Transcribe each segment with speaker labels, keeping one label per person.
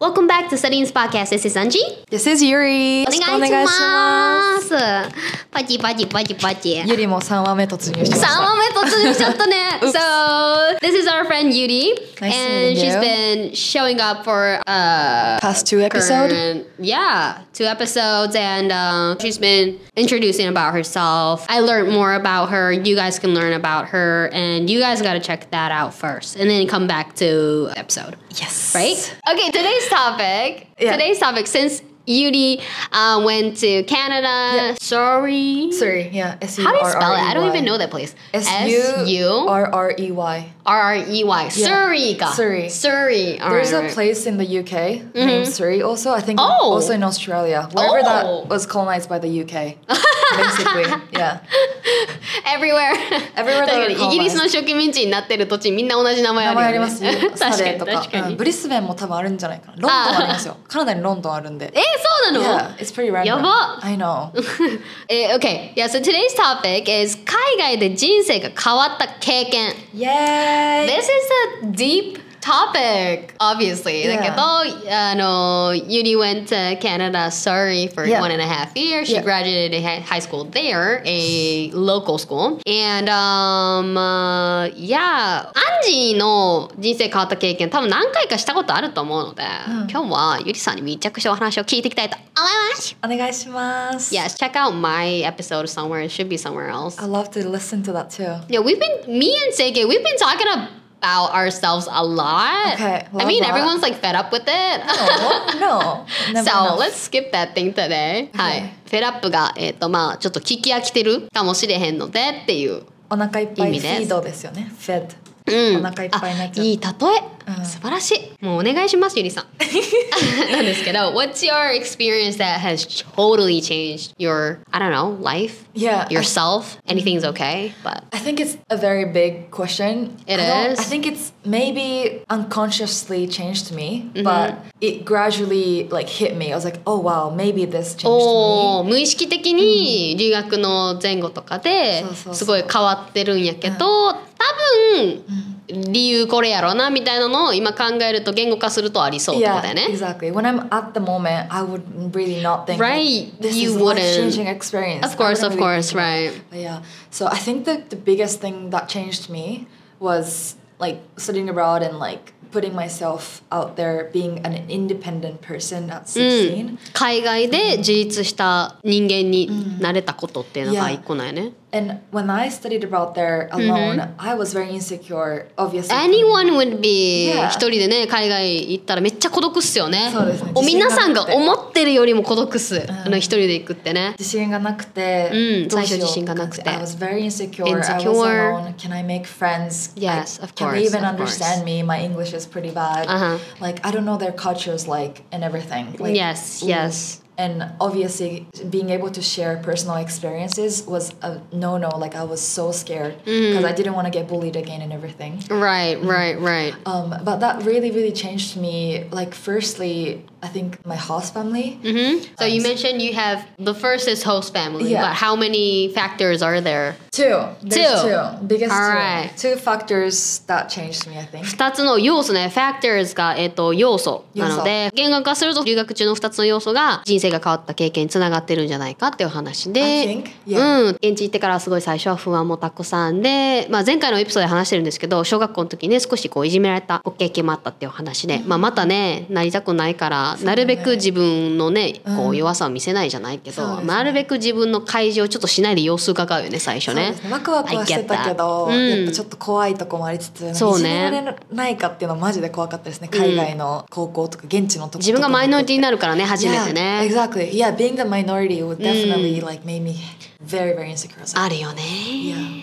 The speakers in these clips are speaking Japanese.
Speaker 1: Welcome back to Studying's Podcast. This is Anji.
Speaker 2: This is Yuri.
Speaker 1: お願いし
Speaker 2: よろく
Speaker 1: ます。パチパチパチパチ。
Speaker 2: すユリも三話目突入しました。
Speaker 1: 3話目突入しちゃったね。so, this is our friend Yuri.
Speaker 2: Nice
Speaker 1: and
Speaker 2: meeting
Speaker 1: she's
Speaker 2: you.
Speaker 1: been showing up for uh,
Speaker 2: Past two episode.
Speaker 1: current- yeah, two episodes. And uh, she's been introducing about herself. I learned more about her. You guys can learn about her. And you guys got to check that out first. And then come back to episode.
Speaker 2: Yes.
Speaker 1: right? Okay, today's topic.
Speaker 2: Yeah.
Speaker 1: Today's topic since Yuri uh, went to Canada.
Speaker 2: Yeah.
Speaker 1: Sorry.
Speaker 2: Sorry. Yeah. S U
Speaker 1: How
Speaker 2: R
Speaker 1: do you
Speaker 2: R E Y.
Speaker 1: spell it? I don't even know that place.
Speaker 2: S U
Speaker 1: U
Speaker 2: R R E Y.
Speaker 1: R R E Y. Surrey. ka.
Speaker 2: Surrey.
Speaker 1: Surrey. All
Speaker 2: There's
Speaker 1: right,
Speaker 2: a
Speaker 1: right.
Speaker 2: place in the UK named Surrey. Also, I think
Speaker 1: Mm-hmm. Oh.
Speaker 2: also in Australia, wherever
Speaker 1: Oh.
Speaker 2: that was colonized by the UK, basically. Yeah.
Speaker 1: Everywhere.
Speaker 2: Everywhere
Speaker 1: 確か
Speaker 2: that
Speaker 1: に
Speaker 2: are
Speaker 1: イギリスの植民地になってる土地みんな同じ名前あ
Speaker 2: 名
Speaker 1: るよ、
Speaker 2: 前ありま
Speaker 1: ね。
Speaker 2: すよ。サレ
Speaker 1: 確
Speaker 2: と
Speaker 1: かに確か
Speaker 2: か、う
Speaker 1: に。
Speaker 2: んブリスベンも多分あるんじゃないかな。ロンドンありますよ。カナダにロンドンあるんで。
Speaker 1: え Eh, そうなの
Speaker 2: Yeah, it's pretty random.
Speaker 1: やば
Speaker 2: I know.
Speaker 1: え Eh, okay. Yeah, so today's topic is 海外で人生が変わった経験。
Speaker 2: Yay!
Speaker 1: This is a deep topic, obviously.
Speaker 2: Yeah.
Speaker 1: Like, though, uh, no, Yuri went to Canada, sorry, for
Speaker 2: Yeah.
Speaker 1: one and a half years. She
Speaker 2: Yeah.
Speaker 1: graduated hi- high school there, a local school. And, um, uh, yeah, アンジーの人生変わった経験、多分何回かしたことあると思うので、
Speaker 2: Hmm.
Speaker 1: 今日はユリさんに密着してお話を聞いていきたいと思います。
Speaker 2: お願いします。
Speaker 1: Yes, check out my episode somewhere. It should be somewhere else.
Speaker 2: I love to listen to that too.
Speaker 1: Yeah, we've been me and Seike, we've been talking about ourselves a lot.
Speaker 2: Okay,
Speaker 1: I
Speaker 2: love
Speaker 1: mean
Speaker 2: that.
Speaker 1: everyone's like fed up with it.
Speaker 2: No, no. never
Speaker 1: so
Speaker 2: enough.
Speaker 1: let's skip that thing today. はい。フェラップが、えっ、と、まあちょっと聞き飽きてるかもしれへんのでっていう。
Speaker 2: お腹いっぱ
Speaker 1: 意
Speaker 2: い
Speaker 1: 味
Speaker 2: フ
Speaker 1: です
Speaker 2: ィードですよね。fed。
Speaker 1: うん。
Speaker 2: お腹いっぱいになっちゃう
Speaker 1: あい い例え、
Speaker 2: うん
Speaker 1: 素晴らしい。もうお願いします、ゆりさん。 なんですけど、What's your experience that has totally changed your, I don't know, life?
Speaker 2: Yeah, I-
Speaker 1: Yourself? Anything's okay, but.
Speaker 2: I think it's a very big question.
Speaker 1: It
Speaker 2: It is. I
Speaker 1: is.
Speaker 2: I think it's maybe unconsciously changed me,
Speaker 1: Mm-hmm.
Speaker 2: but it gradually like hit me. I was like, oh wow, maybe this changed
Speaker 1: おー無意識的に留学の前後とかで
Speaker 2: そうそうそう
Speaker 1: すごい変わってるんやけど多分理由これやろなみたいなのを今考えると言語化するとありそう
Speaker 2: me.
Speaker 1: ってこと
Speaker 2: Yeah,
Speaker 1: だよね。
Speaker 2: exactly. When I'm at the moment, I would really not think.
Speaker 1: Right,
Speaker 2: Like, this
Speaker 1: you
Speaker 2: is
Speaker 1: wouldn't.
Speaker 2: changing experience.
Speaker 1: Of course,
Speaker 2: I
Speaker 1: of
Speaker 2: wouldn't really
Speaker 1: course,
Speaker 2: think about
Speaker 1: right.
Speaker 2: But yeah, so I think that the biggest thing that changed me was like studying abroad and like putting myself out there, being an independent person
Speaker 1: Mm.
Speaker 2: at 16.
Speaker 1: 海外で自立した人間になれたことっていうのが一個なんやね。
Speaker 2: And when I studied abroad there
Speaker 1: Mm-hmm.
Speaker 2: alone, I was very insecure, obviously.
Speaker 1: Anyone would be
Speaker 2: Yeah.
Speaker 1: 一人でね海外行ったらめっちゃ孤独っすよね。
Speaker 2: そうですね
Speaker 1: お皆さん
Speaker 2: 自信
Speaker 1: が
Speaker 2: がなくて
Speaker 1: 思ってるよりも孤独っす。あの一人で行くってね。
Speaker 2: 自信がなくて、
Speaker 1: うん
Speaker 2: どう
Speaker 1: 最
Speaker 2: しよう
Speaker 1: 初自信がなくて
Speaker 2: I was very insecure. I was
Speaker 1: Insecure.
Speaker 2: alone. Can I make friends?
Speaker 1: Yes,
Speaker 2: Like,
Speaker 1: of
Speaker 2: Can
Speaker 1: course,
Speaker 2: they even
Speaker 1: of course.
Speaker 2: understand me? My English is pretty bad.
Speaker 1: Uh-huh.
Speaker 2: Like I don't know their cultures like and everything. Like,
Speaker 1: Yes, yes.
Speaker 2: And obviously, being able to share personal experiences was a no no. Like I was so scared
Speaker 1: Mm-hmm.
Speaker 2: because I didn't want to get bullied again and everything.
Speaker 1: Right, right, right.
Speaker 2: Um, but that really, really changed me. Like, firstly, I think my host family.
Speaker 1: So you mentioned you have the first is host family,
Speaker 2: Yeah.
Speaker 1: but how many factors are there?
Speaker 2: Two. There's
Speaker 1: Two.
Speaker 2: two. Biggest
Speaker 1: All
Speaker 2: two.
Speaker 1: right.
Speaker 2: Two factors that changed me, I think.
Speaker 1: 2つの要素ね、factors が、えっと要素なので、言語化すると留学中の2つの要素が人生が変わった経験につながってるんじゃないかっていう話
Speaker 2: I
Speaker 1: で
Speaker 2: think.。Yeah.
Speaker 1: うん、現地行ってからすごい最初は不安もたくさんで、まあ、前回のエピソードで話してるんですけど小学校の時ね少しこういじめられたご経験もあったっていうお話で、まあ、またねなりたくないから、なるべく自分のねこう弱さを見せないじゃないけ
Speaker 2: そう
Speaker 1: ど、
Speaker 2: ですね
Speaker 1: なるべく自分の開示をちょっとしないで様子伺うよね最初
Speaker 2: そうで
Speaker 1: ね
Speaker 2: すね、ワクワクはしてたけど、
Speaker 1: I get that Mm.
Speaker 2: やっぱちょっと怖いとこもありつつ、
Speaker 1: そうね
Speaker 2: いじめられないかっていうのはマジで怖かったですね海外の高校とか現地のとこ
Speaker 1: 自分がマイノリティになるからね初めて
Speaker 2: yeah,
Speaker 1: ね。
Speaker 2: exactly yeah being the minority would definitely、like made me very very insecure I was like,
Speaker 1: あるよね。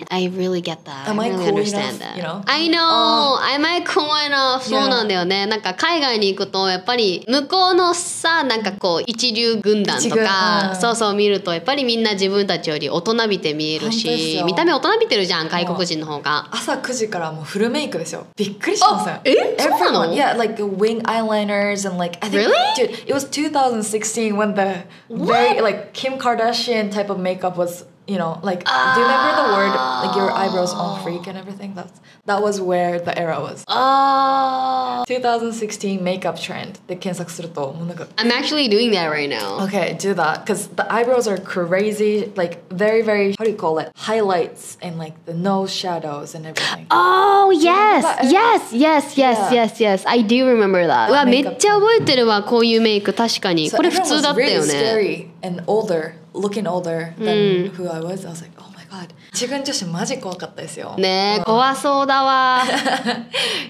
Speaker 1: I really get that.
Speaker 2: Am
Speaker 1: I
Speaker 2: I
Speaker 1: really
Speaker 2: cool
Speaker 1: understand that.
Speaker 2: enough? You know?
Speaker 1: I know. Am I cool enough? そうなんだよね。なんか海外に行くとやっぱり向こうのさなんかこう一流軍団と
Speaker 2: 一軍
Speaker 1: か
Speaker 2: うん
Speaker 1: そうそう見るとやっぱりみんな自分たちより大人びて見える
Speaker 2: 本当です
Speaker 1: し
Speaker 2: よ
Speaker 1: 見た目大人びてるじゃん外国人の方が。
Speaker 2: 朝9時からもうフルメイクですよ。びっくりしません。
Speaker 1: あえそうなの
Speaker 2: Everyone, yeah, like the wing eyeliners and like I think
Speaker 1: Really?
Speaker 2: dude, it was 2016 when the very like Kim Kardashian type of makeup was you know, like do you remember the word like your eyebrows on freak and everything? That's that was where the era was.
Speaker 1: Oh. あー
Speaker 2: 2016 makeup trend で検索するともうなんか
Speaker 1: I'm actually doing that right now.
Speaker 2: Okay, do that because the eyebrows are crazy, like very, very how do you call it? Highlights and like the nose shadows and everything.
Speaker 1: Oh yes,
Speaker 2: remember that?
Speaker 1: yes, yes, yes,
Speaker 2: Yeah.
Speaker 1: yes, yes. I do remember that. うわ、め
Speaker 2: makeup
Speaker 1: っちゃ覚えてるわ、こういうメイク確かに。これ普
Speaker 2: everyone
Speaker 1: 通
Speaker 2: was
Speaker 1: だった
Speaker 2: really
Speaker 1: よね。
Speaker 2: scary and older, looking older than who I was. I was like, oh my god. 自分女子マジ怖かったですよ。
Speaker 1: ねえ、怖そうだわ。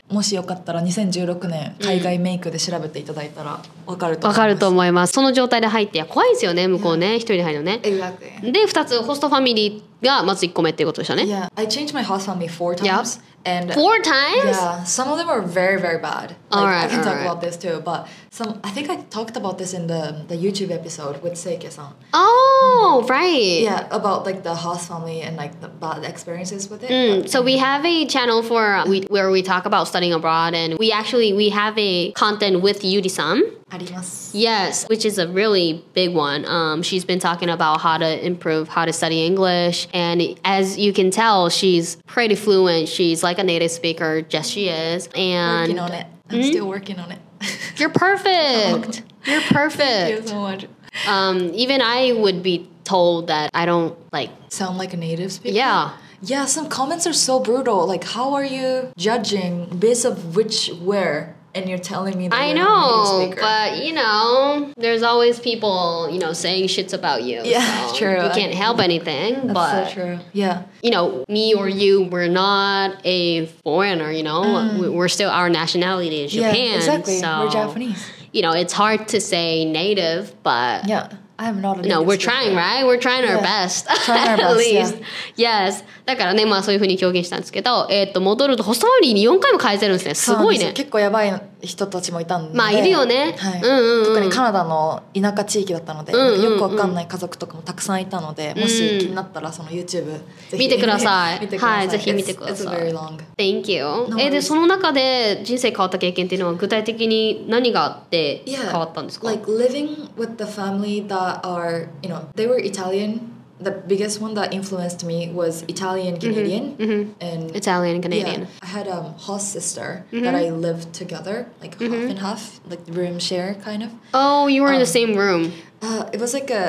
Speaker 2: もしよかったら2016年海外メイクで調べていただいたらわかると思います。
Speaker 1: わかると思います。その状態で入って、いや怖いですよね、向こうね、一人で入るのね。
Speaker 2: Exactly.
Speaker 1: で、二つ、ホストファミリーがまず一個目っていうことでしたね。
Speaker 2: Yeah, I changed my house family four
Speaker 1: Yeah.
Speaker 2: times. And
Speaker 1: Four times?
Speaker 2: Yeah, some of them are very, very bad. Like,
Speaker 1: Alright,
Speaker 2: I can talk
Speaker 1: alright.
Speaker 2: about this too, but some I think I talked about this in the the YouTube episode with Seike-san.
Speaker 1: Oh, right.
Speaker 2: Yeah, about like the house family and like the bad experiences with it.
Speaker 1: Mm,
Speaker 2: but-
Speaker 1: so we have a channel for we, where we talk about studying abroad, and we actually we have a content with Yuri-san.
Speaker 2: あります。
Speaker 1: Yes, which is a really big one. Um, she's been talking about how to improve how to study English, and as you can tell, she's pretty fluent. She's like a native speaker. Yes, she is.
Speaker 2: Working
Speaker 1: And
Speaker 2: on it. I'm
Speaker 1: Mm-hmm.
Speaker 2: still working on it.
Speaker 1: you're perfect. You're
Speaker 2: Thank you
Speaker 1: perfect.
Speaker 2: so much.
Speaker 1: Um, even I would be told that I don't like.
Speaker 2: Sound like a native speaker.
Speaker 1: Yeah.
Speaker 2: Yeah, some comments are so brutal. Like, how are you judging based of which where? And you're telling me that
Speaker 1: I
Speaker 2: you're not a native
Speaker 1: know,
Speaker 2: speaker.
Speaker 1: but you know, there's always people, you know, saying shits about you.
Speaker 2: Yeah,
Speaker 1: so
Speaker 2: true.
Speaker 1: You can't help anything, but
Speaker 2: That's so true. Yeah.
Speaker 1: you know, me
Speaker 2: Mm.
Speaker 1: or you, we're not a foreigner, you know, We- we're still our nationality is Japan.
Speaker 2: yeah, exactly.
Speaker 1: So,
Speaker 2: We're Japanese.
Speaker 1: You know, it's hard to say native, but
Speaker 2: Yeah, I'm not a
Speaker 1: you know,
Speaker 2: native
Speaker 1: we're
Speaker 2: speaker.
Speaker 1: trying, right? We're trying our
Speaker 2: Yeah.
Speaker 1: best.
Speaker 2: Trying our
Speaker 1: At
Speaker 2: best, yeah.
Speaker 1: least. Yes. だからね、まあそういうふうに表現したんですけど、えっ、と、戻ると、ホストファミリーに4回も返せるんですね。すごい
Speaker 2: そう
Speaker 1: ね
Speaker 2: なんですよ。結構やばい人たちもいたんで
Speaker 1: まあいるよね
Speaker 2: はい
Speaker 1: うんうんうん
Speaker 2: 特にカナダの田舎地域だったので、
Speaker 1: んうんうん
Speaker 2: よくわかんない家族とかもたくさんいたので、もし気になったらその YouTube ぜひ
Speaker 1: 見てください
Speaker 2: 見てください、
Speaker 1: はいぜひ
Speaker 2: It's-
Speaker 1: 見てください
Speaker 2: It's very long
Speaker 1: Thank you. え、
Speaker 2: worries.
Speaker 1: で、その中で人生変わった経験っていうのは具体的に何があって変
Speaker 2: Yeah.
Speaker 1: わったんですか、
Speaker 2: Like living with the family that are, you know, they were Italian. The biggest one that influenced me was Italian Canadian. And
Speaker 1: Italian Canadian.
Speaker 2: Yeah, I had a um, host sister that I lived together, like half and half, like room share kind of.
Speaker 1: Oh, you were
Speaker 2: Um,
Speaker 1: in the same room.
Speaker 2: Uh, it was like a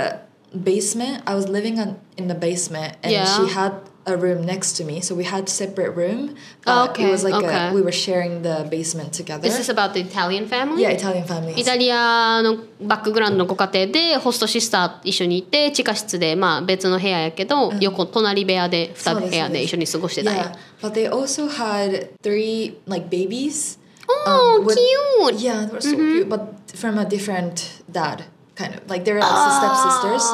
Speaker 2: basement. I was living on, in the basement, and
Speaker 1: Yeah.
Speaker 2: she had a room next to me, so we had separate room.
Speaker 1: Oh,
Speaker 2: But
Speaker 1: okay,
Speaker 2: It was like
Speaker 1: okay.
Speaker 2: a, we were sharing the basement together.
Speaker 1: This is about the Italian family?
Speaker 2: yeah, Italian families.
Speaker 1: イタリアのバックグラウンドのご家庭でホストシスター一緒にいて地下室でまあ別の部屋やけど、横隣部屋で
Speaker 2: そう
Speaker 1: 2
Speaker 2: です
Speaker 1: 部屋で一緒に過ごしてたんや
Speaker 2: Yeah, but they also had three like babies.
Speaker 1: Oh,
Speaker 2: Um, with-
Speaker 1: cute. Mm-hmm.
Speaker 2: Yeah, they were so cute, but from a different dad, kind of like they're like step sisters,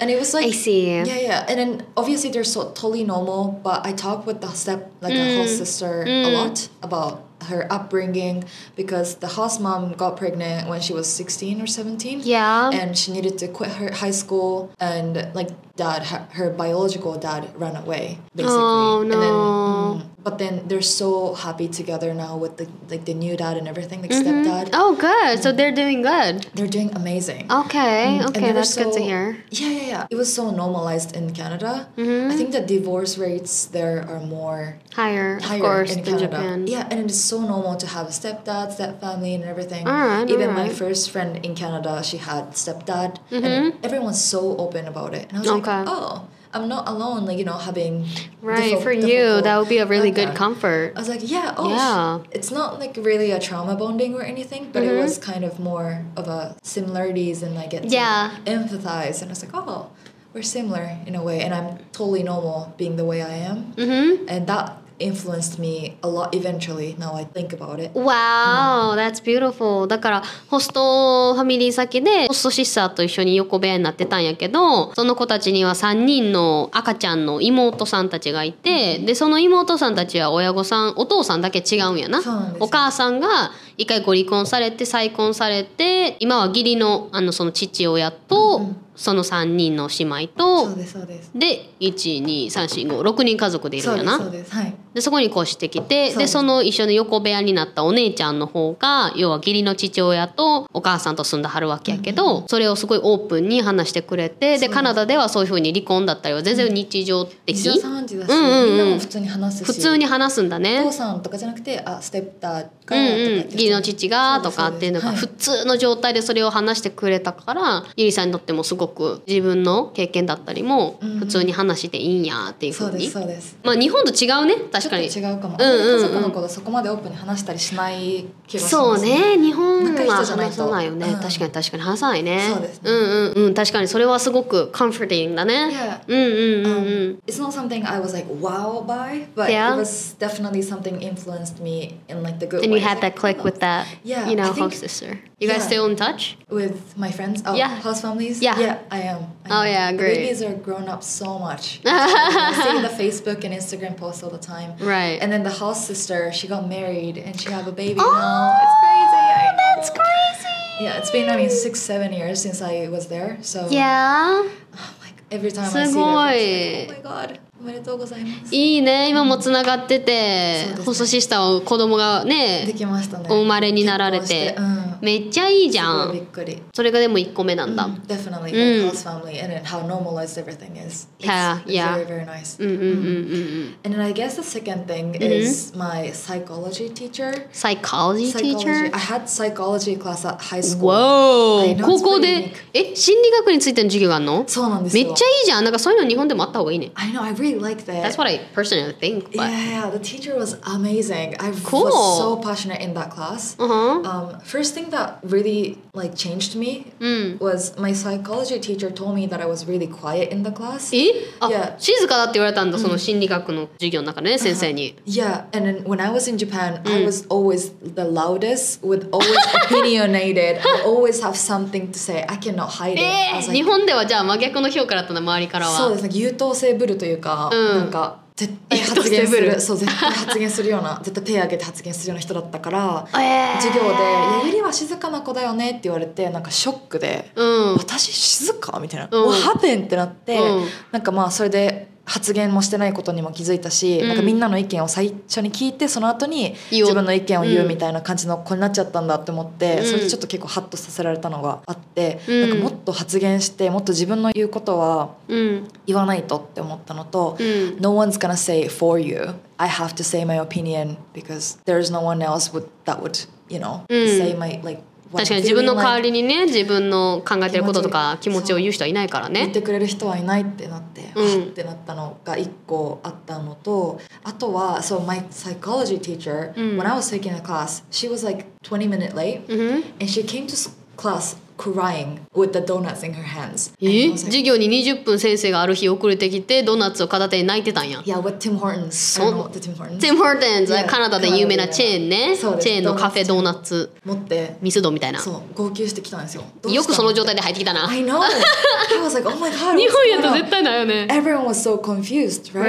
Speaker 2: and it was like
Speaker 1: Oh, I see.
Speaker 2: Yeah, yeah, and then obviously they're so totally normal, but I talk with the step like a whole
Speaker 1: Mm.
Speaker 2: sister a lot about her upbringing because the house mom got pregnant when she was 16 or 17
Speaker 1: Yeah.
Speaker 2: and she needed to quit her high school and like dad her, her biological dad ran away basically
Speaker 1: Oh,
Speaker 2: and then
Speaker 1: no.
Speaker 2: mm, but then they're so happy together now with the like the new dad and everything like stepdad
Speaker 1: Oh good, so they're doing good
Speaker 2: they're doing amazing
Speaker 1: Okay,
Speaker 2: And
Speaker 1: okay,
Speaker 2: they were
Speaker 1: that's good to
Speaker 2: so-
Speaker 1: hear Mm-hmm.
Speaker 2: Yeah, yeah, yeah. It was so normalized in Canada. I think the divorce rates there are more
Speaker 1: Higher, of
Speaker 2: higher
Speaker 1: course,
Speaker 2: in
Speaker 1: than
Speaker 2: Canada.
Speaker 1: Japan
Speaker 2: Yeah, and it is so normal to have a stepdad, step family, and everything.
Speaker 1: Alright,
Speaker 2: Even my
Speaker 1: alright.
Speaker 2: first friend in Canada, she had stepdad, and everyone's so open about it. And I was
Speaker 1: Mm-hmm. Okay.
Speaker 2: like, oh, I'm not alone. Like you know, having
Speaker 1: Right,
Speaker 2: difficult-
Speaker 1: for you
Speaker 2: difficult
Speaker 1: that would be a really good
Speaker 2: background.
Speaker 1: comfort
Speaker 2: I was like, yeah, oh,
Speaker 1: Yeah. Mm-hmm.
Speaker 2: sh- it's not like really a trauma bonding or anything, but it was kind of more of a similarities, and I get to
Speaker 1: Yeah.
Speaker 2: empathize, and I was like, oh, we're similar in a way, and I'm totally normal being the way I am, and that influenced me a lot. Eventually, now I think about it.
Speaker 1: Wow, that's beautiful. だからホストファミリー先でホストシスターと一緒に横部屋になってたんやけどその子たちには3人の赤ちゃんの妹さんたちがいてでその妹さんたちは親御さんお父さんだけ違うんやな
Speaker 2: そうなんですよ
Speaker 1: お母さんが一回ご離婚されて再婚されて今は義理のあのその父親と、その3人の姉妹
Speaker 2: そう
Speaker 1: と
Speaker 2: ですそうです
Speaker 1: で12345人家族でいる
Speaker 2: そ
Speaker 1: ん
Speaker 2: う
Speaker 1: や
Speaker 2: ですそう
Speaker 1: な
Speaker 2: ですはい
Speaker 1: でそこに越してきて
Speaker 2: そう
Speaker 1: で
Speaker 2: です
Speaker 1: その一緒に横部屋になったお姉ちゃんの方が要は義理の父親とお母さんと住んだはるわけやけど、それをすごいオープンに話してくれてで
Speaker 2: そう
Speaker 1: カナダではそういうふうに離婚だったりは全然日常的、
Speaker 2: 一応3時だし、
Speaker 1: うんうんうん
Speaker 2: みんなも普通に話すし
Speaker 1: 普通に話すんだね
Speaker 2: お父さんとかじゃなくてあステップダーがと
Speaker 1: う
Speaker 2: か
Speaker 1: ん
Speaker 2: 言
Speaker 1: う
Speaker 2: って、
Speaker 1: ん、義理の父がとかっていうのが
Speaker 2: そ
Speaker 1: 普
Speaker 2: です
Speaker 1: 通の状態でそれを話してくれたからゆりさんにとってもすごく自分の経験だったりも
Speaker 2: うん
Speaker 1: 普通に話していいんやっていうふ
Speaker 2: そう
Speaker 1: う
Speaker 2: です
Speaker 1: に
Speaker 2: そうです
Speaker 1: まあ日本と違うね確かに
Speaker 2: ちょっと違うかも、
Speaker 1: うんうんうん
Speaker 2: 家族のことそこまでオープンに話したりしない気がします
Speaker 1: そうね日本
Speaker 2: 仲いい
Speaker 1: は
Speaker 2: 人じゃない
Speaker 1: 話
Speaker 2: と
Speaker 1: さないよね、
Speaker 2: うん
Speaker 1: 確かに確かに話さないね
Speaker 2: そうですね
Speaker 1: んうんうん確かにそれはすごくカンフォーティングだね
Speaker 2: Yeah.
Speaker 1: うんうんうんうん
Speaker 2: Um, it's not something I was like wow by, but
Speaker 1: Yeah.
Speaker 2: it was definitely something influenced me in like the good.
Speaker 1: and you
Speaker 2: way.
Speaker 1: had that click with that
Speaker 2: Yeah,
Speaker 1: you know
Speaker 2: I think-
Speaker 1: host sister you guys
Speaker 2: Yeah.
Speaker 1: still in touch
Speaker 2: with my friends. Oh,
Speaker 1: Yeah.
Speaker 2: house families.
Speaker 1: Yeah.
Speaker 2: yeah, I am. I
Speaker 1: Oh,
Speaker 2: am.
Speaker 1: yeah,
Speaker 2: The
Speaker 1: great.
Speaker 2: babies are grown up so much. I see the Facebook and Instagram posts all the time.
Speaker 1: right
Speaker 2: And then the house sister, she got married and she have a baby
Speaker 1: Oh,
Speaker 2: now. It's crazy. I know.
Speaker 1: that's crazy
Speaker 2: Yeah, it's been I mean six, seven years since I was there. So
Speaker 1: yeah
Speaker 2: oh my, every time I see
Speaker 1: す
Speaker 2: them,
Speaker 1: ご
Speaker 2: i
Speaker 1: い
Speaker 2: was like, oh my god, おめでとうございます。
Speaker 1: いいね今もつながってて、
Speaker 2: そうですね
Speaker 1: 細シスターを子供が
Speaker 2: で
Speaker 1: ね
Speaker 2: きましたね。
Speaker 1: お生まれになられて
Speaker 2: 結婚してうん。
Speaker 1: めっちゃいいじ
Speaker 2: す
Speaker 1: ゃ
Speaker 2: ごいび
Speaker 1: ん
Speaker 2: っくり。
Speaker 1: それがでも1個目なんだ、
Speaker 2: Mm, definitely
Speaker 1: Mm.
Speaker 2: like house family and then how normalized everything is. It's
Speaker 1: Yeah, yeah. Mm,
Speaker 2: Very, very nice. Mm.
Speaker 1: うん、うんうんうん
Speaker 2: And then I guess the second thing
Speaker 1: Mm-hmm.
Speaker 2: is my psychology teacher.
Speaker 1: サイコロジーティーチャ
Speaker 2: Psychology.
Speaker 1: ー
Speaker 2: I had psychology class at high school.
Speaker 1: わ
Speaker 2: I
Speaker 1: お
Speaker 2: know it's
Speaker 1: 高校で
Speaker 2: pretty unique.
Speaker 1: え心理学についての授業があるの
Speaker 2: そうなんです
Speaker 1: めっ
Speaker 2: よ。
Speaker 1: ちゃいいじゃんなんかそういうの日本でもあった方がいいね
Speaker 2: I know, I really like that.
Speaker 1: That's what I personally think but
Speaker 2: yeah, yeah, the teacher was amazing. I
Speaker 1: Cool. Uh-huh.
Speaker 2: was so passionate in that class.
Speaker 1: うん
Speaker 2: Um, first thing that really like changed me
Speaker 1: うん
Speaker 2: was my psychology teacher told me that I was really quiet in the class.
Speaker 1: えあ、
Speaker 2: Yeah.
Speaker 1: 静かだって言われたんだその心理学の授業の中でね先生に
Speaker 2: Yeah, and then when I was in Japan, I was always the loudest, with always opinionated. I always have something to say. I cannot hide it.
Speaker 1: え
Speaker 2: I
Speaker 1: ー
Speaker 2: was
Speaker 1: 日
Speaker 2: like,
Speaker 1: 本ではじゃあ真逆の評価だったんだ周りから
Speaker 2: そう
Speaker 1: は
Speaker 2: ですね、優等生ぶるというか、
Speaker 1: うん
Speaker 2: なんか絶対発言す
Speaker 1: 優等生ぶ る
Speaker 2: る、そう絶対発言するような、 絶対手挙げて発言するような人だったから、
Speaker 1: えー
Speaker 2: 授業でいや「ゆりは静かな子だよね」って言われてなんかショックで
Speaker 1: うん
Speaker 2: 「私静か?」みたいな「
Speaker 1: うん
Speaker 2: What happened?」ってなって、
Speaker 1: うん
Speaker 2: なんかまあそれで発言もしてないことにも気づいたし、
Speaker 1: うん
Speaker 2: なんかみんなの意見を最初に聞いてその後に
Speaker 1: 言おう
Speaker 2: 自分の意見を言
Speaker 1: う
Speaker 2: うんみたいな感じの子になっちゃったんだって思って、
Speaker 1: うん
Speaker 2: それでちょっと結構ハッとさせられたのがあって、
Speaker 1: うん
Speaker 2: なんかもっと発言してもっと自分の言うことは
Speaker 1: うん
Speaker 2: 言わないとって思ったのと
Speaker 1: う、ん
Speaker 2: No one's gonna say it for you. I have to say my opinion because there's no one else would that would, you know,
Speaker 1: うん
Speaker 2: say my like. what
Speaker 1: 確か
Speaker 2: I'm
Speaker 1: に自分の
Speaker 2: feeling
Speaker 1: 代
Speaker 2: like.
Speaker 1: わりにね自分の考えてることとか気
Speaker 2: 気
Speaker 1: 持
Speaker 2: 持ち
Speaker 1: ちを言う人はいないから
Speaker 2: 言っ
Speaker 1: ね
Speaker 2: てくれる人はいないってなって、
Speaker 1: うん
Speaker 2: はっってなったのが一個あったのとあとは so my psychology teacher、
Speaker 1: うん
Speaker 2: when I was taking a class she was like 20 minute late、
Speaker 1: うん
Speaker 2: and she came to s- class crying with the donuts in her hands
Speaker 1: え
Speaker 2: And I was like,
Speaker 1: 授業に20分先生がある日遅れてきてドーナツを片手に泣いてたんや
Speaker 2: yeah with Tim Hortons
Speaker 1: そう
Speaker 2: I don't know the Tim Hortons
Speaker 1: ティム・ホーテンズ
Speaker 2: Yeah
Speaker 1: カナダで有名なチェーンねチ
Speaker 2: そうです
Speaker 1: ェーンのカフェドーナツ
Speaker 2: 持って
Speaker 1: ミスドみたいな
Speaker 2: そう号泣してきたんですよどうした
Speaker 1: よくその状態で入ってきたな
Speaker 2: I know. I was like, oh my god.
Speaker 1: 日本や
Speaker 2: what's going
Speaker 1: と
Speaker 2: on?
Speaker 1: 絶対ないよね
Speaker 2: Everyone was so confused, right? I was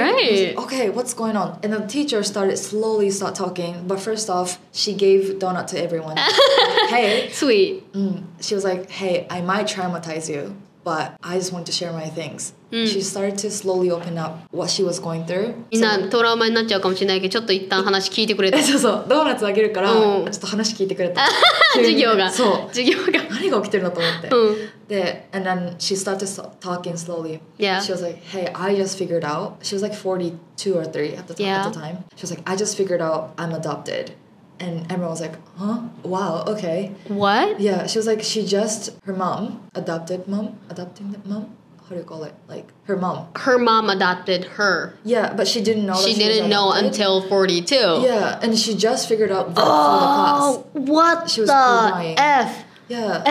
Speaker 1: Right.
Speaker 2: like, okay, what's going on? And the teacher started slowly start talking. But first off, she gave donut to everyone. hey,
Speaker 1: スイ
Speaker 2: mm. she was like, hey, I might traumatize you, but I just want to share my things.
Speaker 1: Hmm.
Speaker 2: She started to slowly open up what she was going through.
Speaker 1: みんなトラウマになっちゃうかもしれないけどちょっと一旦話聞いてくれた
Speaker 2: そうそうドーナツあげるから、
Speaker 1: うん
Speaker 2: ちょっと話聞いてくれた
Speaker 1: 授業が
Speaker 2: そう
Speaker 1: 授業が
Speaker 2: 何が起きてるんだと思って、
Speaker 1: うん
Speaker 2: で and then she started so- talking slowly
Speaker 1: Yeah.
Speaker 2: she was like hey I just figured out she was like 42 or 3 at the, t-
Speaker 1: Yeah.
Speaker 2: at the time she was like I just figured out I'm adopted and everyone was like huh wow okay
Speaker 1: What?
Speaker 2: yeah she was like she just her mom adopted mom adopting the mom how do you call it like her mom
Speaker 1: Her mom adopted her
Speaker 2: yeah but she didn't know that
Speaker 1: She
Speaker 2: she was
Speaker 1: didn't know
Speaker 2: adopted.
Speaker 1: until 42
Speaker 2: yeah and she just figured out that from the class
Speaker 1: Oh, what the
Speaker 2: She was crying.
Speaker 1: F
Speaker 2: yeah
Speaker 1: え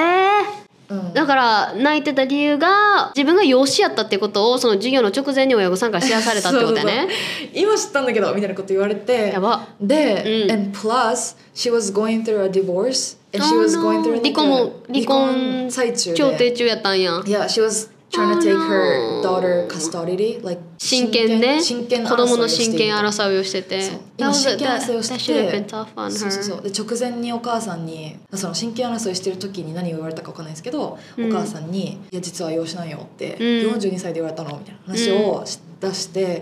Speaker 1: ー
Speaker 2: うん
Speaker 1: だから泣いてた理由が自分が養子やったってことをその授業の直前に親御さんから知らされたってことだね
Speaker 2: そうそうそう今知ったんだけどみたいなこと言われて
Speaker 1: やば
Speaker 2: で、
Speaker 1: うん
Speaker 2: and plus she was going through a divorce and she
Speaker 1: Oh
Speaker 2: was
Speaker 1: no.
Speaker 2: going through
Speaker 1: 離婚も離婚
Speaker 2: 最中
Speaker 1: 調停
Speaker 2: で
Speaker 1: 中やったんや
Speaker 2: yeah she was trying to
Speaker 1: Oh
Speaker 2: take
Speaker 1: no.
Speaker 2: her daughter custody like
Speaker 1: 真剣ね
Speaker 2: 真剣
Speaker 1: 子供の真剣争いをしてて
Speaker 2: そう今真剣争いをして
Speaker 1: That should have been tough on her
Speaker 2: そうそうそうで直前にお母さんにその親権争いしてる時に何を言われたかわかんないですけど、
Speaker 1: うん
Speaker 2: お母さんに「いや実は養子なんよ」って、
Speaker 1: うん
Speaker 2: 42歳で言われたのみたいな話をし出して、
Speaker 1: う
Speaker 2: I
Speaker 1: ん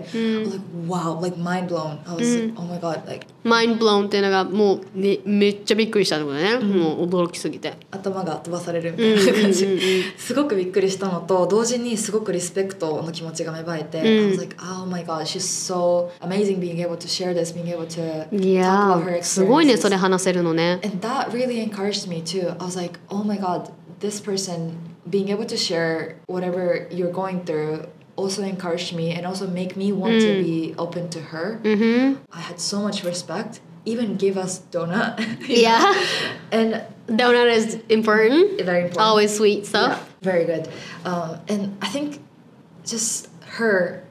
Speaker 2: was like wow like mind blown I was、
Speaker 1: うん
Speaker 2: oh my god like
Speaker 1: マインブローンっていうのがもう、ね、めっちゃびっくりしたってことね、もう驚きすぎて
Speaker 2: 頭が飛ばされるみ
Speaker 1: うんうん
Speaker 2: たいな感じ、
Speaker 1: う
Speaker 2: すごくびっくりしたのと同時にすごくリスペクトの気持ちが芽生えて、
Speaker 1: うん
Speaker 2: I was like oh my god she's so amazing being able to share this being able to
Speaker 1: んい
Speaker 2: talk
Speaker 1: や
Speaker 2: about her
Speaker 1: ー
Speaker 2: experiences
Speaker 1: すごいねそれ話せるのね
Speaker 2: and that really encouraged me too I was like oh my god this person being able to share whatever you're going through also encouraged me and also make me want to be open to her
Speaker 1: うんふん
Speaker 2: I had so much respect even gave us donut you know?
Speaker 1: Yeah
Speaker 2: and
Speaker 1: Donut is important
Speaker 2: very important
Speaker 1: always sweet
Speaker 2: Yeah,
Speaker 1: stuff
Speaker 2: very good. Um, and I think just her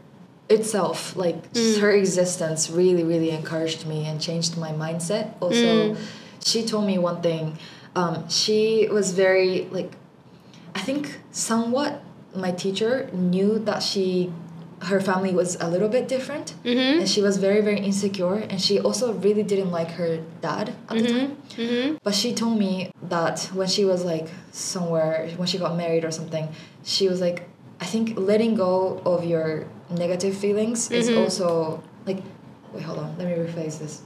Speaker 2: itself, like just her existence, really, really encouraged me and changed my mindset. Also, she told me one thing. Um, she was very like, I think somewhat my teacher knew that she, her family was a little bit different,
Speaker 1: Mhm.
Speaker 2: and she was very, very insecure. And she also really didn't like her dad at the time. But she told me that when she was like somewhere, when she got married or something, she was like, I think letting go of your negative feelings is also like, wait, hold on, let me rephrase this.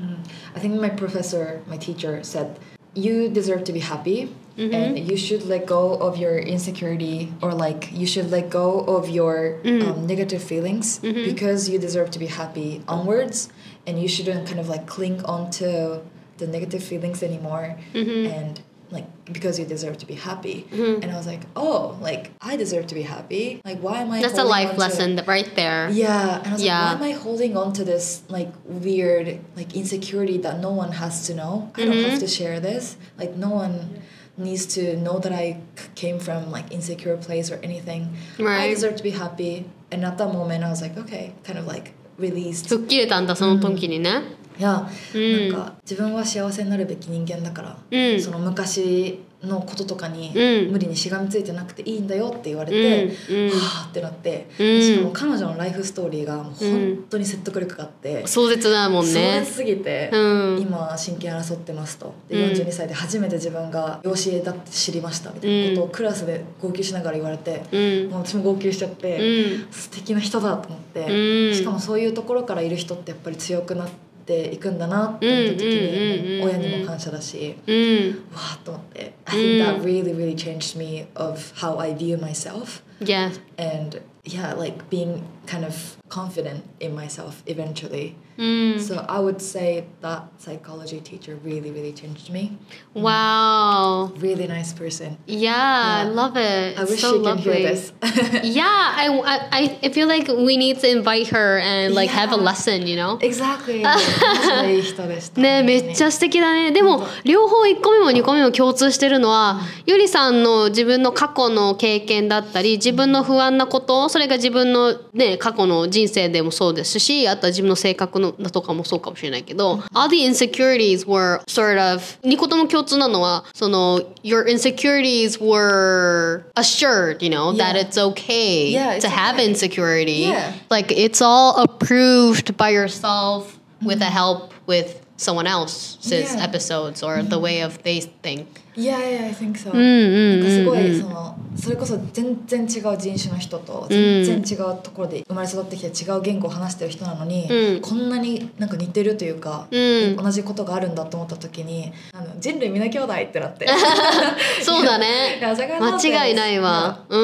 Speaker 2: Mm. I think my professor, my teacher said, you deserve to be happy
Speaker 1: Mm-hmm.
Speaker 2: and you should let go of your insecurity or like you should let go of your
Speaker 1: Mm-hmm.
Speaker 2: um, negative feelings because you deserve to be happy onwards and you shouldn't kind of like cling on to the negative feelings anymore
Speaker 1: Mm-hmm.
Speaker 2: and like because you deserve to be happy and i was like oh like i deserve to be happy like why am i
Speaker 1: that's a
Speaker 2: holding on
Speaker 1: life
Speaker 2: to-
Speaker 1: lesson right there
Speaker 2: yeah, and I was
Speaker 1: Yeah.
Speaker 2: like, why am I holding on to this like weird like insecurity that no one has to know? I don't
Speaker 1: Mm-hmm.
Speaker 2: have to share this. Like no one needs to know that I c- came from like insecure place or anything. I
Speaker 1: Right.
Speaker 2: deserve to be happy. And at that moment, I was like, okay, kind of like released.
Speaker 1: 吹っ切れたんだその時にね
Speaker 2: Yeah.
Speaker 1: うん
Speaker 2: なんか自分は幸せになるべき人間だから、
Speaker 1: うん
Speaker 2: その昔のこととかに
Speaker 1: うん
Speaker 2: 無理にしがみついてなくていいんだよって言われて、
Speaker 1: うんうん
Speaker 2: はあってなって、
Speaker 1: うん
Speaker 2: しかも彼女のライフストーリーがもう本当に説得力があって、
Speaker 1: 壮絶だもん
Speaker 2: 壮
Speaker 1: ね
Speaker 2: 絶すぎて、
Speaker 1: うん
Speaker 2: 今真剣争ってますとで
Speaker 1: うん
Speaker 2: 42歳で初めて自分が養子だって知りましたみたいなことをクラスで号泣しながら言われて、
Speaker 1: うん
Speaker 2: もう私も号泣しちゃっ
Speaker 1: う
Speaker 2: て。
Speaker 1: ん
Speaker 2: 素敵な人だと思って、
Speaker 1: うん
Speaker 2: しかもそういうところからいる人ってやっぱり強くなっていくんだなって思った
Speaker 1: う
Speaker 2: 時
Speaker 1: んうんうんうん
Speaker 2: にもう親にも感謝だし
Speaker 1: うん
Speaker 2: わあと思って I think that really really changed me of how I view myself
Speaker 1: yeah
Speaker 2: and yeah like being kind of confident in myself eventually
Speaker 1: うん
Speaker 2: so I would say that psychology teacher really really changed me
Speaker 1: wow
Speaker 2: really nice person
Speaker 1: yeah I love it
Speaker 2: I wish
Speaker 1: so
Speaker 2: you can hear
Speaker 1: lovely
Speaker 2: this
Speaker 1: yeah I, I I feel like we need to invite her and like have a
Speaker 2: Yeah.
Speaker 1: lesson you know
Speaker 2: exactly マジでいい人でした
Speaker 1: ねめっちゃ素敵だねでも両方1個目も2個目も共通してるのはゆりさんの自分の過去の経験だったり自分の不安なことそれが自分の、ね、過去の人生でもそうですしあとは自分の性格のとかもそうかもしれないけど all the insecurities were sort of 2個とも共通なのはその your insecurities were assured you know that
Speaker 2: Yeah.
Speaker 1: it's okay
Speaker 2: Yeah, it's
Speaker 1: to have
Speaker 2: okay.
Speaker 1: insecurity
Speaker 2: Yeah.
Speaker 1: like it's all approved by yourself with the help with someone else's
Speaker 2: Yeah.
Speaker 1: episodes or the way of they think.
Speaker 2: Yeah, yeah, I think so.
Speaker 1: ん
Speaker 2: なんかすごいそのそれこそ全然違う人種の人と全然違うところで生まれ育ってきて違う言語を話してる人なのに、
Speaker 1: うん
Speaker 2: こんなになんか似てるというか、
Speaker 1: うん
Speaker 2: 同じことがあるんだと思った時にあの人類皆兄弟って なって
Speaker 1: そうだね
Speaker 2: いや社会の
Speaker 1: 間違いないわ、う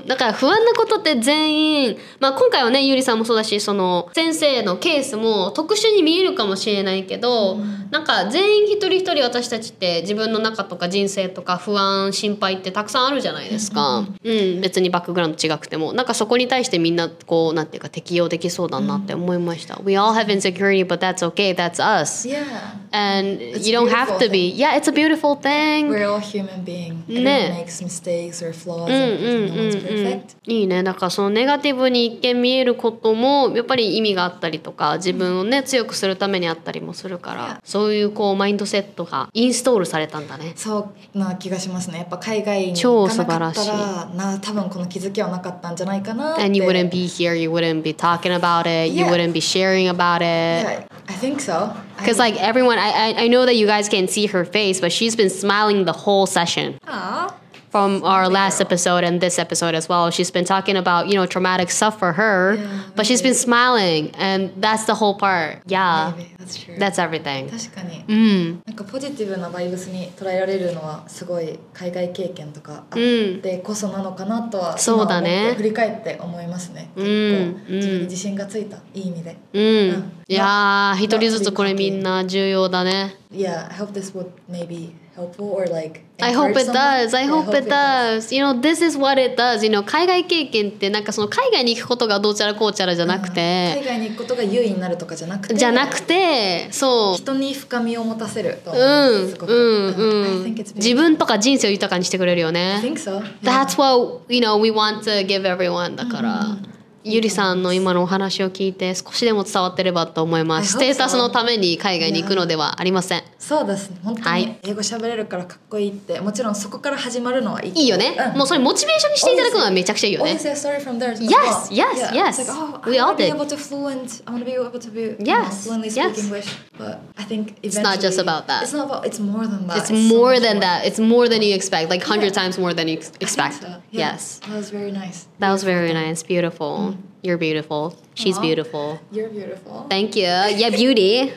Speaker 1: ん、だから不安なことって全員、まあ、今回はねゆりさんもそうだしその先生のケースも特殊に見えるかもしれないけど、なんか全員一人一人私たちって自分の中とか人生とか不安心配ってたくさんあるじゃないですか、うん、別にバックグラウンド違くてもなんかそこに対してみんなこうなんていうか適用できそうだなって思いました。We all have insecurity but that's okay that's us
Speaker 2: Yeah,
Speaker 1: and
Speaker 2: It's
Speaker 1: you don't have
Speaker 2: beautiful
Speaker 1: to be yeah it's a beautiful thing
Speaker 2: we're all human being. Everyone
Speaker 1: ね
Speaker 2: makes mistakes or flaws. and everything. No one's perfect.
Speaker 1: いいねだからそのネガティブに一見見えることもやっぱり意味があったりとか自分をね強くするためにあったりもするからそういうこうマインドセットがインストールされたんだね
Speaker 2: そうな気がしますね。やっぱ海外に
Speaker 1: 超
Speaker 2: 行かなかった
Speaker 1: 素
Speaker 2: らな多分この気づきはなかったんじゃないかなって
Speaker 1: And you wouldn't be here, you wouldn't be talking about it, you
Speaker 2: Yeah.
Speaker 1: wouldn't be sharing about it.
Speaker 2: Yeah, I think so. I-
Speaker 1: Because, like, everyone, I, I, I know that you guys can't see her face, but she's been smiling the whole session.
Speaker 2: Aw.
Speaker 1: From our last
Speaker 2: girl.
Speaker 1: episode and this episode as well, she's been talking about, you know, traumatic stuff for her,
Speaker 2: Yeah,
Speaker 1: but she's been smiling, and that's the whole part. Yeah,
Speaker 2: Maybe, that's true.
Speaker 1: that's everything.
Speaker 2: 確かに、
Speaker 1: Mm.
Speaker 2: なんかポジティブなバイブスに捉えられるのはすごい海外経験とかあってこそなのかなとは
Speaker 1: そうだね
Speaker 2: 今思って振り返って思いますね、
Speaker 1: うんう
Speaker 2: 結構
Speaker 1: ん
Speaker 2: 自分に自信がついたいい意味で
Speaker 1: うん
Speaker 2: うん
Speaker 1: いやー一人ずつこれ
Speaker 2: not
Speaker 1: みんな重要だね。
Speaker 2: Yeah, I hope this would maybe helpful or like
Speaker 1: I hope
Speaker 2: encourage
Speaker 1: it does. I
Speaker 2: someone. Yeah,
Speaker 1: hope it does. You know, this is what it does. You know, 海外経験ってなんかその海外に行くことがどうちゃらこうちゃらじゃなく
Speaker 2: うん海
Speaker 1: て、
Speaker 2: 外に行くことが優位になるとかじゃなくて
Speaker 1: じゃなくて、そう。
Speaker 2: 人に深みを持たせると
Speaker 1: う
Speaker 2: 思
Speaker 1: ん、
Speaker 2: すごく
Speaker 1: うん、
Speaker 2: I
Speaker 1: うん
Speaker 2: think it's。
Speaker 1: 自分とか人生を豊かにしてくれるよ
Speaker 2: I
Speaker 1: ね。
Speaker 2: think so
Speaker 1: That's what, you know, we want to give everyone だから。ゆりさんの今のお話を聞いて少しでも伝わってればと思います。ス
Speaker 2: I hope so.
Speaker 1: テータスのために海外に行くのではありません。
Speaker 2: そうですね本当
Speaker 1: は
Speaker 2: に
Speaker 1: い
Speaker 2: 英語喋れるからかっこいいってもちろんそこから始まるのはいい
Speaker 1: いいよね。もうそれモチベーションにしていただくのはめちゃくちゃいいよね
Speaker 2: Always。say sorry from there.
Speaker 1: Yes, yes,
Speaker 2: yeah.
Speaker 1: yes.
Speaker 2: It's like, oh,
Speaker 1: We
Speaker 2: I
Speaker 1: all
Speaker 2: want to be
Speaker 1: did.
Speaker 2: able to fluent. I want to be able to be you know,
Speaker 1: Yes,
Speaker 2: fluently speak
Speaker 1: yes.
Speaker 2: English. But I think eventually,
Speaker 1: not just about that.
Speaker 2: It's not about. It's more than that.
Speaker 1: It's
Speaker 2: so
Speaker 1: more
Speaker 2: much
Speaker 1: than
Speaker 2: more.
Speaker 1: that. It's more than you expect. Like 100
Speaker 2: Yeah.
Speaker 1: times more than you ex-
Speaker 2: I think
Speaker 1: expect.
Speaker 2: so. Yeah.
Speaker 1: Yes.
Speaker 2: That was very nice.
Speaker 1: That was very nice. Beautiful. You're beautiful. She's
Speaker 2: Aw.
Speaker 1: beautiful.
Speaker 2: You're beautiful.
Speaker 1: Thank you. Yeah, beauty.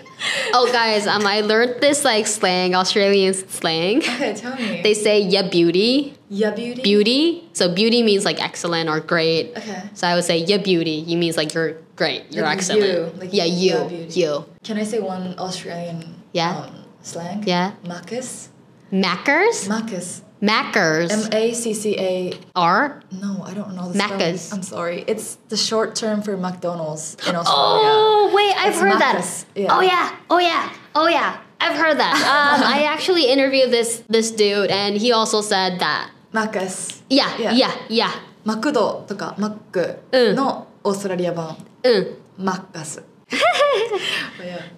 Speaker 1: oh, guys, um, I learned this like slang, Australian slang.
Speaker 2: okay, tell me.
Speaker 1: They say, yeah, beauty.
Speaker 2: yeah, beauty.
Speaker 1: Beauty. So beauty means like excellent or great.
Speaker 2: Okay.
Speaker 1: So I would say, yeah, beauty. You means like you're great. You're
Speaker 2: Like
Speaker 1: excellent.
Speaker 2: you, like
Speaker 1: yeah,
Speaker 2: you
Speaker 1: you.
Speaker 2: are beauty.
Speaker 1: You.
Speaker 2: Can I say one Australian?
Speaker 1: Yeah.
Speaker 2: Um, slang.
Speaker 1: Yeah.
Speaker 2: Macus.
Speaker 1: Mackers?
Speaker 2: Macus. M
Speaker 1: Mackers.
Speaker 2: A C C A
Speaker 1: Are?
Speaker 2: No, I don't know the
Speaker 1: Macca's.
Speaker 2: spelling. I'm sorry. It's the short term for McDonald's in Australia.
Speaker 1: Oh wait, I've
Speaker 2: It's
Speaker 1: heard
Speaker 2: Macca's,
Speaker 1: that.
Speaker 2: yeah.
Speaker 1: Oh yeah, oh yeah, oh yeah. I've heard that. Um, I actually interviewed this this dude, and he also said that.
Speaker 2: Macca's.
Speaker 1: Yeah,
Speaker 2: Yeah.
Speaker 1: yeah, yeah.
Speaker 2: マクドとかマック
Speaker 1: うん
Speaker 2: のオーストラリア版、
Speaker 1: うん。
Speaker 2: マッカス。
Speaker 1: Mm.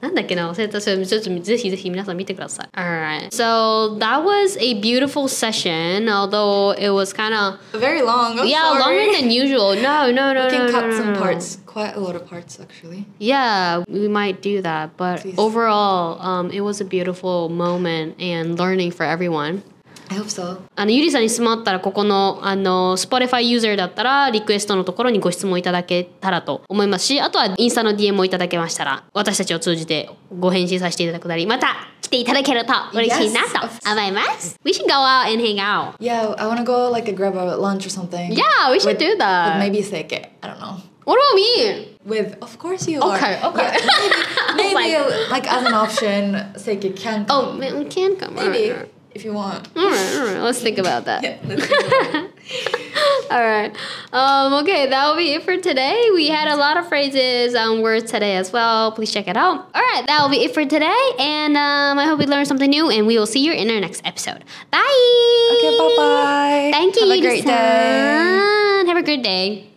Speaker 1: なんだっけな忘れたそれちょっとぜひぜひ皆さん見てください。Alright. So that was a beautiful session, although it was kind of
Speaker 2: Very long. I'm
Speaker 1: yeah
Speaker 2: Oh, sorry.
Speaker 1: longer than usual. No, no, no,
Speaker 2: We
Speaker 1: no,
Speaker 2: can
Speaker 1: no,
Speaker 2: cut
Speaker 1: no,
Speaker 2: some
Speaker 1: no.
Speaker 2: parts. Quite a lot of parts actually.
Speaker 1: Yeah, we might do that, but
Speaker 2: Please.
Speaker 1: overall, um, it was a beautiful moment and learning for everyone.
Speaker 2: I hope so.
Speaker 1: あのゆりさんに質問あったらここのあの Spotify ユーザーだったらリクエストのところにご質問いただけたらと思いますしあとはインスタの DM をいただけましたら私たちを通じてご返信させていただくなりまた来ていただけると嬉しいな
Speaker 2: Yes,
Speaker 1: と
Speaker 2: of-
Speaker 1: 思います、We should go out and hang out
Speaker 2: Yeah, I want to go like grab a lunch or something.
Speaker 1: Yeah, we should
Speaker 2: With-
Speaker 1: do that.
Speaker 2: with Maybe Seike. I don't know.
Speaker 1: What do you mean?
Speaker 2: With of course you are.
Speaker 1: Okay, okay.
Speaker 2: Yeah, maybe
Speaker 1: Like-
Speaker 2: maybe like, as an option, Seike can.
Speaker 1: Oh,
Speaker 2: come.
Speaker 1: we we can come.
Speaker 2: maybe
Speaker 1: Alright,
Speaker 2: if you want.
Speaker 1: alright, alright. Let's think about that.
Speaker 2: Yeah, let's do that.
Speaker 1: All right. Um, okay, that will be it for today. We had a lot of phrases and words today as well. Please check it out. All right, that will be it for today. And um, I hope you learned something new, and we will see you in our next episode. Bye.
Speaker 2: Okay, bye bye.
Speaker 1: Thank you.
Speaker 2: Have a great day.
Speaker 1: Yuri-san. Have a great day.